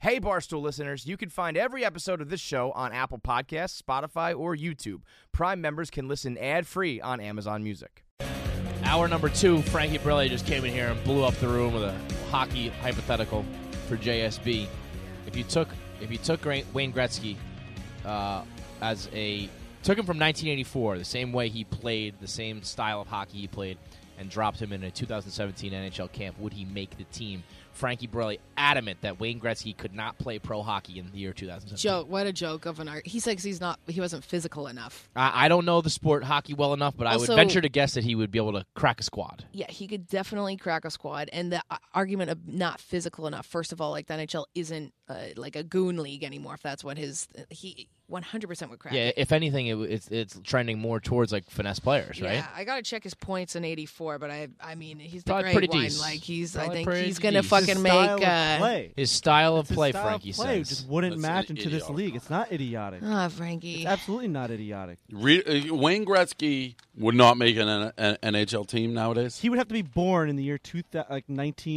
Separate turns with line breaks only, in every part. Hey, Barstool listeners, you can find every episode of this show on Apple Podcasts, Spotify, or YouTube. Prime members can listen ad free on Amazon Music.
Hour number two, Frankie Brilli just came in here and blew up the room with a hockey hypothetical for JSB. If you took if you took Gra- Wayne Gretzky uh, as a took him from 1984, the same way he played, the same style of hockey he played, and dropped him in a 2017 NHL camp, would he make the team? Frankie Brilli adamant that Wayne Gretzky could not play pro hockey in the year 2017.
Joke. What a joke of an art. He says he's not. He wasn't physical enough.
I, I don't know the sport hockey well enough, but I
Also-
would venture to guess that he would be able to crack a squad.
Yeah, he could definitely crack a squad. And the uh, argument of not physical enough. First of all, like the NHL isn't uh, like a goon league anymore. If that's what his uh, he 100 percent would crack.
Yeah, if anything, it, w- it's it's trending more towards like finesse players, right?
Yeah, I gotta check his points in '84, but I, I mean, he's the
Probably
great
pretty
one.
decent.
Like he's, I
Probably
think
pretty
he's gonna
decent.
fucking make.
Style of
Uh,
play.
His style of
It's his
play,
style of
Frankie
play
says.
just wouldn't
That's
match
an
into this
idiotic.
league. It's not idiotic.
Ah, Frankie.
It's absolutely not idiotic.
Re- uh, Wayne Gretzky would not make an, N- an NHL team nowadays.
He would have to be born in the year two thou- like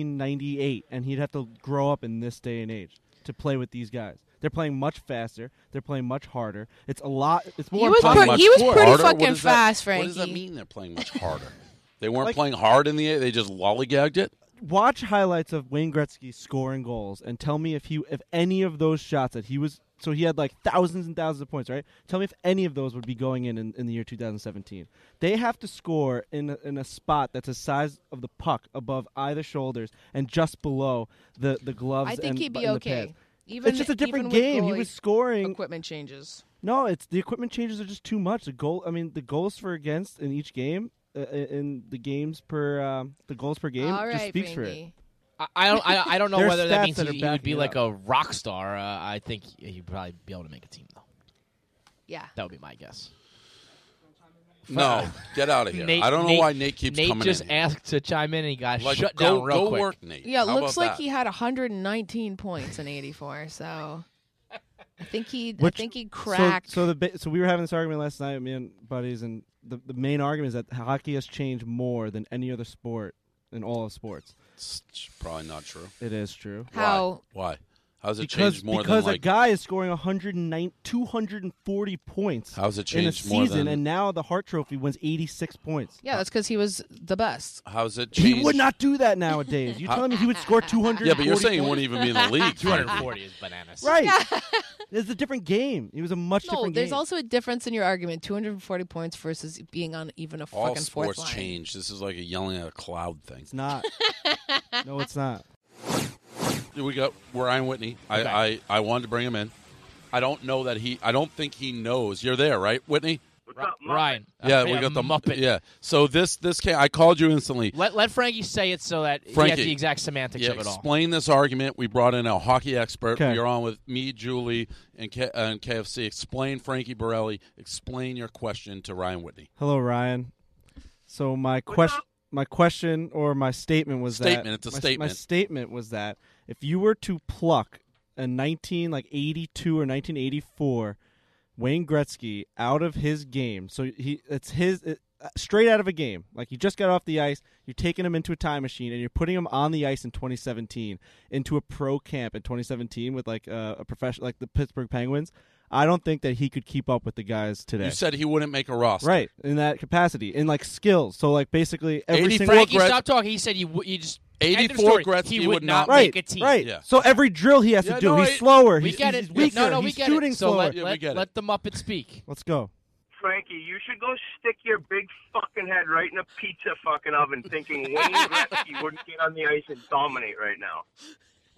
1998, and he'd have to grow up in this day and age to play with these guys. They're playing much faster. They're playing much harder. It's a lot. It's more.
He was
Playing
pretty-
impossible.
much
he was pretty
harder?
fucking
What does that-
fast,
What does that
Frankie.
mean? They're playing much harder. They weren't
Like-
playing hard in the. They just lollygagged it.
watch highlights of Wayne Gretzky scoring goals and tell me if he if any of those shots that he was so he had like thousands and thousands of points, right? Tell me if any of those would be going in in, in the year 2017. They have to score in a, in a spot that's the size of the puck above either shoulders and just below the the gloves.
I think
and-
he'd be
and the
okay.
pads.
Even
it's just a different
even with
game. He
goalie
was scoring.
Equipment changes.
No, it's the equipment changes are just too much. The goal, I mean, the goals for against in each game, uh, in the games per um, the goals per game,
All right,
just speaks for it.
Frankie.
I, I don't. I, I don't know
There's
whether that
stats
means
that are
he, he would
backing
be
it
like
up.
a rock star. Uh, I think he'd probably be able to make a team though.
Yeah.
That would be my guess.
No, get out of here.
Nate-
I don't know
Nate-
why Nate keeps
Nate
coming
just
in.
asked to chime in, and he got
Like,
shut
go,
down real
go
quick.
work, Nate.
Yeah, it
How
looks
about
like
that?
he had 119 points in '84. So I think he,
Which-
I think he
So-
cracked.
So, the ba- so we were having this argument last night, me and buddies, and the, the main argument is that hockey has changed more than any other sport in all of sports.
It's probably not true.
It is true.
how
Why? Why? How's it
Because,
changed more
because
than
a
like?
guy is scoring 109, 240 points
How's it
in a
changed more
season,
than?
and now the Hart Trophy wins 86 points.
yeah, that's because he was the best.
how's it
He
changed?
would not do that nowadays. You telling me he would score 200?
Yeah, but you're saying he wouldn't even be in the league.
Two hundred forty is bananas.
right. it's a different game. It was a much
No,
different
there's
game.
also a difference in your argument: 240 points versus being on even a
All
fucking fourth
sports
line.
change. This is like a yelling at a cloud thing.
it's not. no, it's not.
We got Ryan Whitney. I,
Okay.
I I wanted to bring him in. I don't know that he. I don't think he knows. You're there, right, Whitney?
Ryan.
yeah,
Uh,
we got the
Muppet.
Yeah. So this this came, I called you instantly.
Let, let Frankie say it so that he
Frankie.
has the exact semantics
Yeah,
of it all.
explain this argument. We brought in a hockey expert.
Okay.
You're on with me, Julie, and, K- and KFC. Explain Frankie Borelli. Explain your question to Ryan Whitney.
Hello, Ryan. So my question, my question, or my statement was that
Statement, it's a
my,
statement.
My statement was that if you were to pluck a nineteen like eighty two or nineteen eighty four Wayne Gretzky out of his game, so he it's his it, uh, straight out of a game, like he just got off the ice, you're taking him into a time machine and you're putting him on the ice in 2017 into a pro camp in 2017 with like uh, a professional like the Pittsburgh Penguins. I don't think that he could keep up with the guys today.
You said he wouldn't make a roster.
Right, in that capacity, in like skills. So like basically every
80
single
Frankie,
Gret-
stop talking. He said he w- you just end of
84
story.
Gretzky
he
would
would
not-
not make
right,
a team.
right.
Yeah.
So every drill he has
Yeah,
to do,
no,
he's
I-
slower.
We
he's,
get
he's
it.
weaker.
No, no, we
he's
get
shooting
it. So
slower.
let,
Yeah, we
let,
get it.
let the Muppet speak.
Let's go.
Frankie, you should go stick your big fucking head right in a pizza fucking oven, thinking Wayne Gretzky wouldn't get on the ice and dominate right now.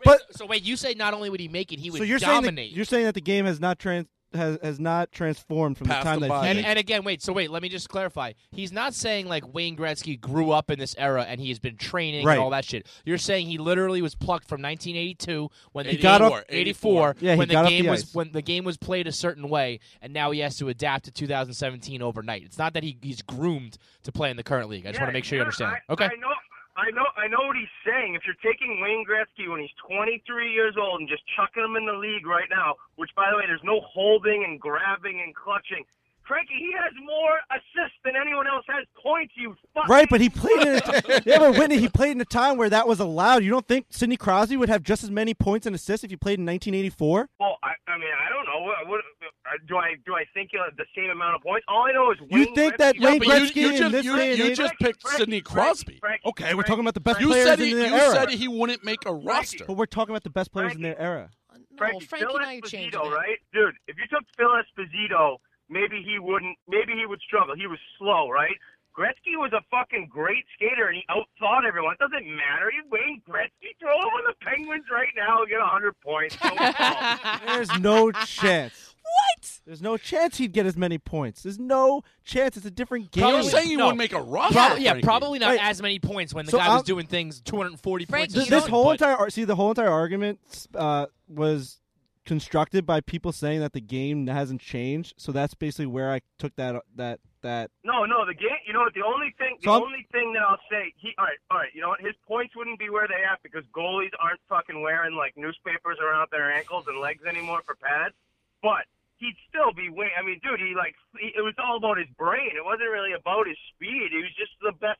But-
so wait, you say not only would he make it, he would
so you're saying
dominate.
that, you're saying that the game has not trans has, has not transformed from
Passed
the time
him
that
by.
and,
he
and again, wait. So wait, let me just clarify. He's not saying like Wayne Gretzky grew up in this era and he has been training
Right.
and all that shit. You're saying he literally was plucked from 1982 when the
He
got
game,
up-
84
Yeah, he
when
got
the
up
game
the
was
ice.
when the game was played a certain way, and now he has to adapt to 2017 overnight. It's not that he, he's groomed to play in the current league. I just want to make sure you understand.
I,
okay.
I know, I know, I know what he's saying. If you're taking Wayne Gretzky when he's 23 years old and just chucking him in the league right now, which by the way, there's no holding and grabbing and clutching. Frankie, he has more assists than anyone else has points. You fucking
Right, but he played in. A t- yeah, but Whitney, he played in a time where that was allowed. You don't think Sidney Crosby would have just as many points and assists if he played in 1984?
Well, I, I mean, I don't know. What, what, uh, do I do? I think you'll have the same amount of points. All I know is
You
Wayne
think
Gretzky-
that
Yeah,
Wayne
but you-
Gretzky
you
in
just-
this
you-
day and
you
age?
just- picked Sidney Crosby.
okay, we're talking about the best
You
players
said
in
he,
their
you
era.
said he wouldn't make a roster.
but we're talking about the best players in their era.
No,
Frankie,
Frankie,
Phil
now you're changing
Esposito,
it.
right, dude? If you took Phil Esposito, maybe he wouldn't. Maybe he would struggle. He was slow, right? Gretzky was a fucking great skater, and he outthought everyone. It doesn't matter. You Wayne Gretzky, throw him on the Penguins right now, and get hundred points. No problem.
There's no chance.
What?
There's no chance he'd get as many points. There's no chance. It's a different game.
You're
Probably-
saying he
No.
wouldn't make a roster.
Prob- yeah,
Frankie.
Oh, probably not
Wait.
as many points when the
So
guy was
I'm-
doing things 240
Frank,
points.
you
a
Th-
don't-
this
season,
whole
but-
entire ar- see the whole entire argument uh, was constructed by people saying that the game hasn't changed. So that's basically where I took that that that.
No, no, the game. You know what? The only thing, the
So I'm-
only thing that I'll say, he. All right, all right. You know what? His points wouldn't be where they at because goalies aren't fucking wearing like newspapers around their ankles and legs anymore for pads. But he'd still be way. I mean, dude, he like he, it was all about his brain. It wasn't really about his speed. He was just the best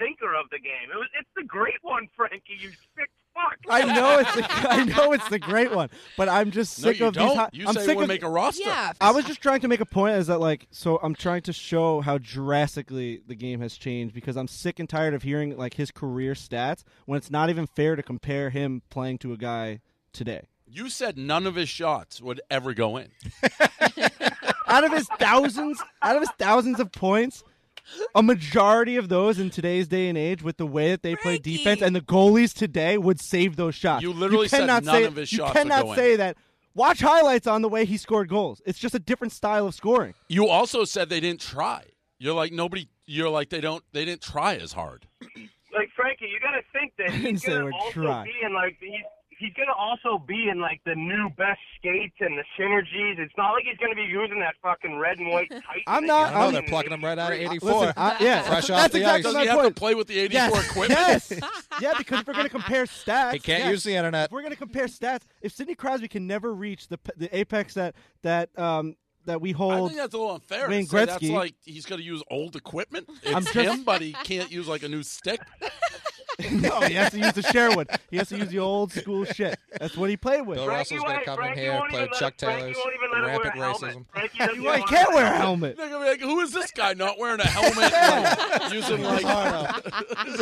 thinker of the game. It was. It's the great one, Frankie. You sick fuck.
I know it's the, I know it's the great one, but I'm just
No,
sick
you
of
don't.
these. hi-
you
I'm
say he
sick
wouldn't
of.
make a roster.
Yeah.
I was just trying to make a point is that like so I'm trying to show how drastically the game has changed because I'm sick and tired of hearing like his career stats when it's not even fair to compare him playing to a guy today.
You said none of his shots would ever go in.
out of his thousands, out of his thousands of points, a majority of those in today's day and age, with the way that they play
Frankie.
defense and the goalies today, would save those shots.
You literally said
cannot
none
say,
of his
you
shots would
cannot
go in.
say that. Watch highlights on the way he scored goals. It's just a different style of scoring.
You also said they didn't try. You're like nobody. You're like they don't. They didn't try as hard.
like Frankie, you got to think that
didn't
he's
say
gonna
we're
also
trying.
be in like he's he's gonna also be in like the new best skates and the synergies. It's not like he's gonna be using that fucking red and white tight.
I'm not-
I know
I'm-
they're plucking them right out of '84.
Listen, I, yeah,
Fresh
that's,
off the
exactly
ice.
Does
my
he have
point.
to play with the '84
yes,
equipment?
yes, yeah, because if we're going to compare stats,
He can't
yes.
use the internet.
If we're going to compare stats, if Sidney Crosby can never reach the p- the apex that that um that we
I
hold
think that's a little unfair.
Wayne
to say that's
Gretzky.
like he's going to use old equipment. It's
I'm just-
him, but he can't use like a new stick.
No, he has to use the Sherwood. He has to use the old school shit. That's what he played with.
Bill
Right.
Russell's gonna
won't-
come
Frankie
in here,
won't
play
even let
Chuck
him- Frankie
Taylor's
won't even let him wear
rampant
a helmet.
racism.
Frankie doesn't
Well, he
want
can't
to-
wear a helmet.
They're gonna be like, who is this guy not wearing a helmet? like, using like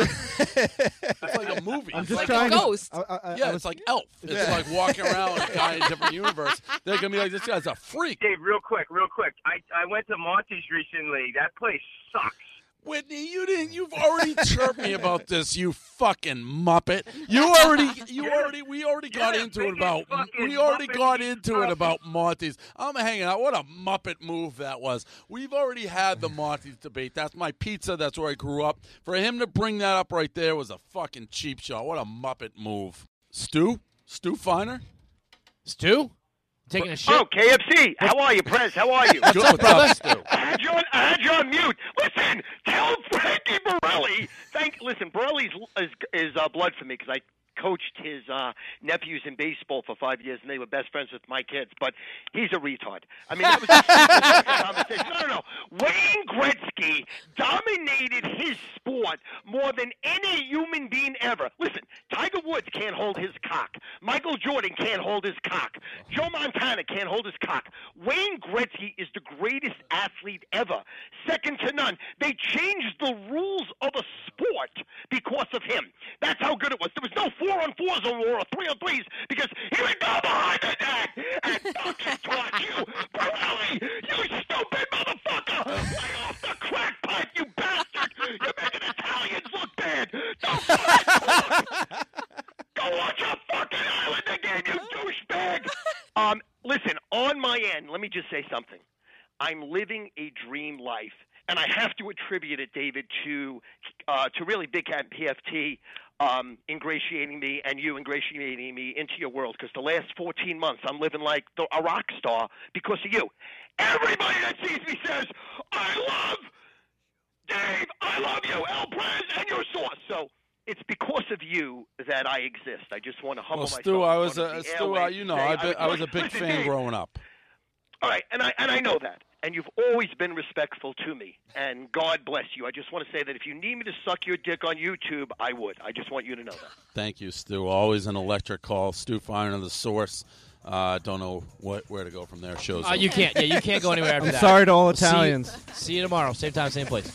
it's like a movie.
I'm
It's
just
like
trying. to-
ghost.
I, I, I, I
Yeah,
was-
it's like Elf. It's like walking around a guy in a different universe. They're gonna be like, this guy's a freak.
Dave, real quick, real quick. I I went to Monty's recently. That place sucks.
Whitney, you didn't. You've already chirped me about this. You fucking muppet. You already. You already. We already got
you're the
into it
biggest
about.
fucking
We already
muppet
got
you
into it
fucking-
about Monty's. I'm hanging out. What a muppet move that was. We've already had the Monty's debate. That's my pizza. That's where I grew up. For him to bring that up right there was a fucking cheap shot. What a muppet move. Stu. Stu Finer.
Stu? Taking a shit?
Oh, KFC. How are you, Prez? How are you?
Good- What's up, Stu?
I had you on, I had you on mute. Listen, tell Frankie Borelli. Thank. Listen, Borelli's is is uh, blood for me because I coached his uh, nephews in baseball for five years, and they were best friends with my kids. But he's a retard. I mean, that was a stupid conversation. No, no, no. Wayne Gretzky dominated his sport more than any human being ever. Listen, Tiger Woods can't hold his cock. Michael Jordan can't hold his cock. Joe Montana can't hold his cock. Wayne Gretzky is the greatest athlete ever, second to none. They changed the rules of a sport because of him. That's how good it was. There was no four on fours or or three on threes because he would go behind the net and fucking twat you, Pirelli, you stupid motherfucker! Lay off the crack pipe, you bastard! You're making Italians look bad. Don't fucking talk. Go watch a fucking island again, you douchebag! um, listen, on my end, let me just say something. I'm living a dream life, and I have to attribute it, David, to uh, to really Big Cat PFT um, ingratiating me and you ingratiating me into your world. Because the last 14 months, I'm living like the, a rock star because of you. Everybody that sees me says, "I love." Dave, I love you, El Prez, and your sauce. So it's because of you that I exist. I just want to humble
Well,
myself.
Stu, I was
in front
a
of the
Stu. I,
airwaves
you
and
know,
say
I, be, I was a
listen,
big fan
Dave,
growing up.
all right, and I and I know that,
and you've always been respectful to me. And God bless you. I just want to say that if you need me to suck your dick on YouTube, I would. I just want you to know that.
Thank you, Stu. Always an electric call. Stu Finer, the source. Uh, don't know what where to go from there. Shows.
Uh, you can't. Yeah, you can't go anywhere after
I'm
that.
sorry to all
We'll see you-
Italians.
See you tomorrow. Same time, same place.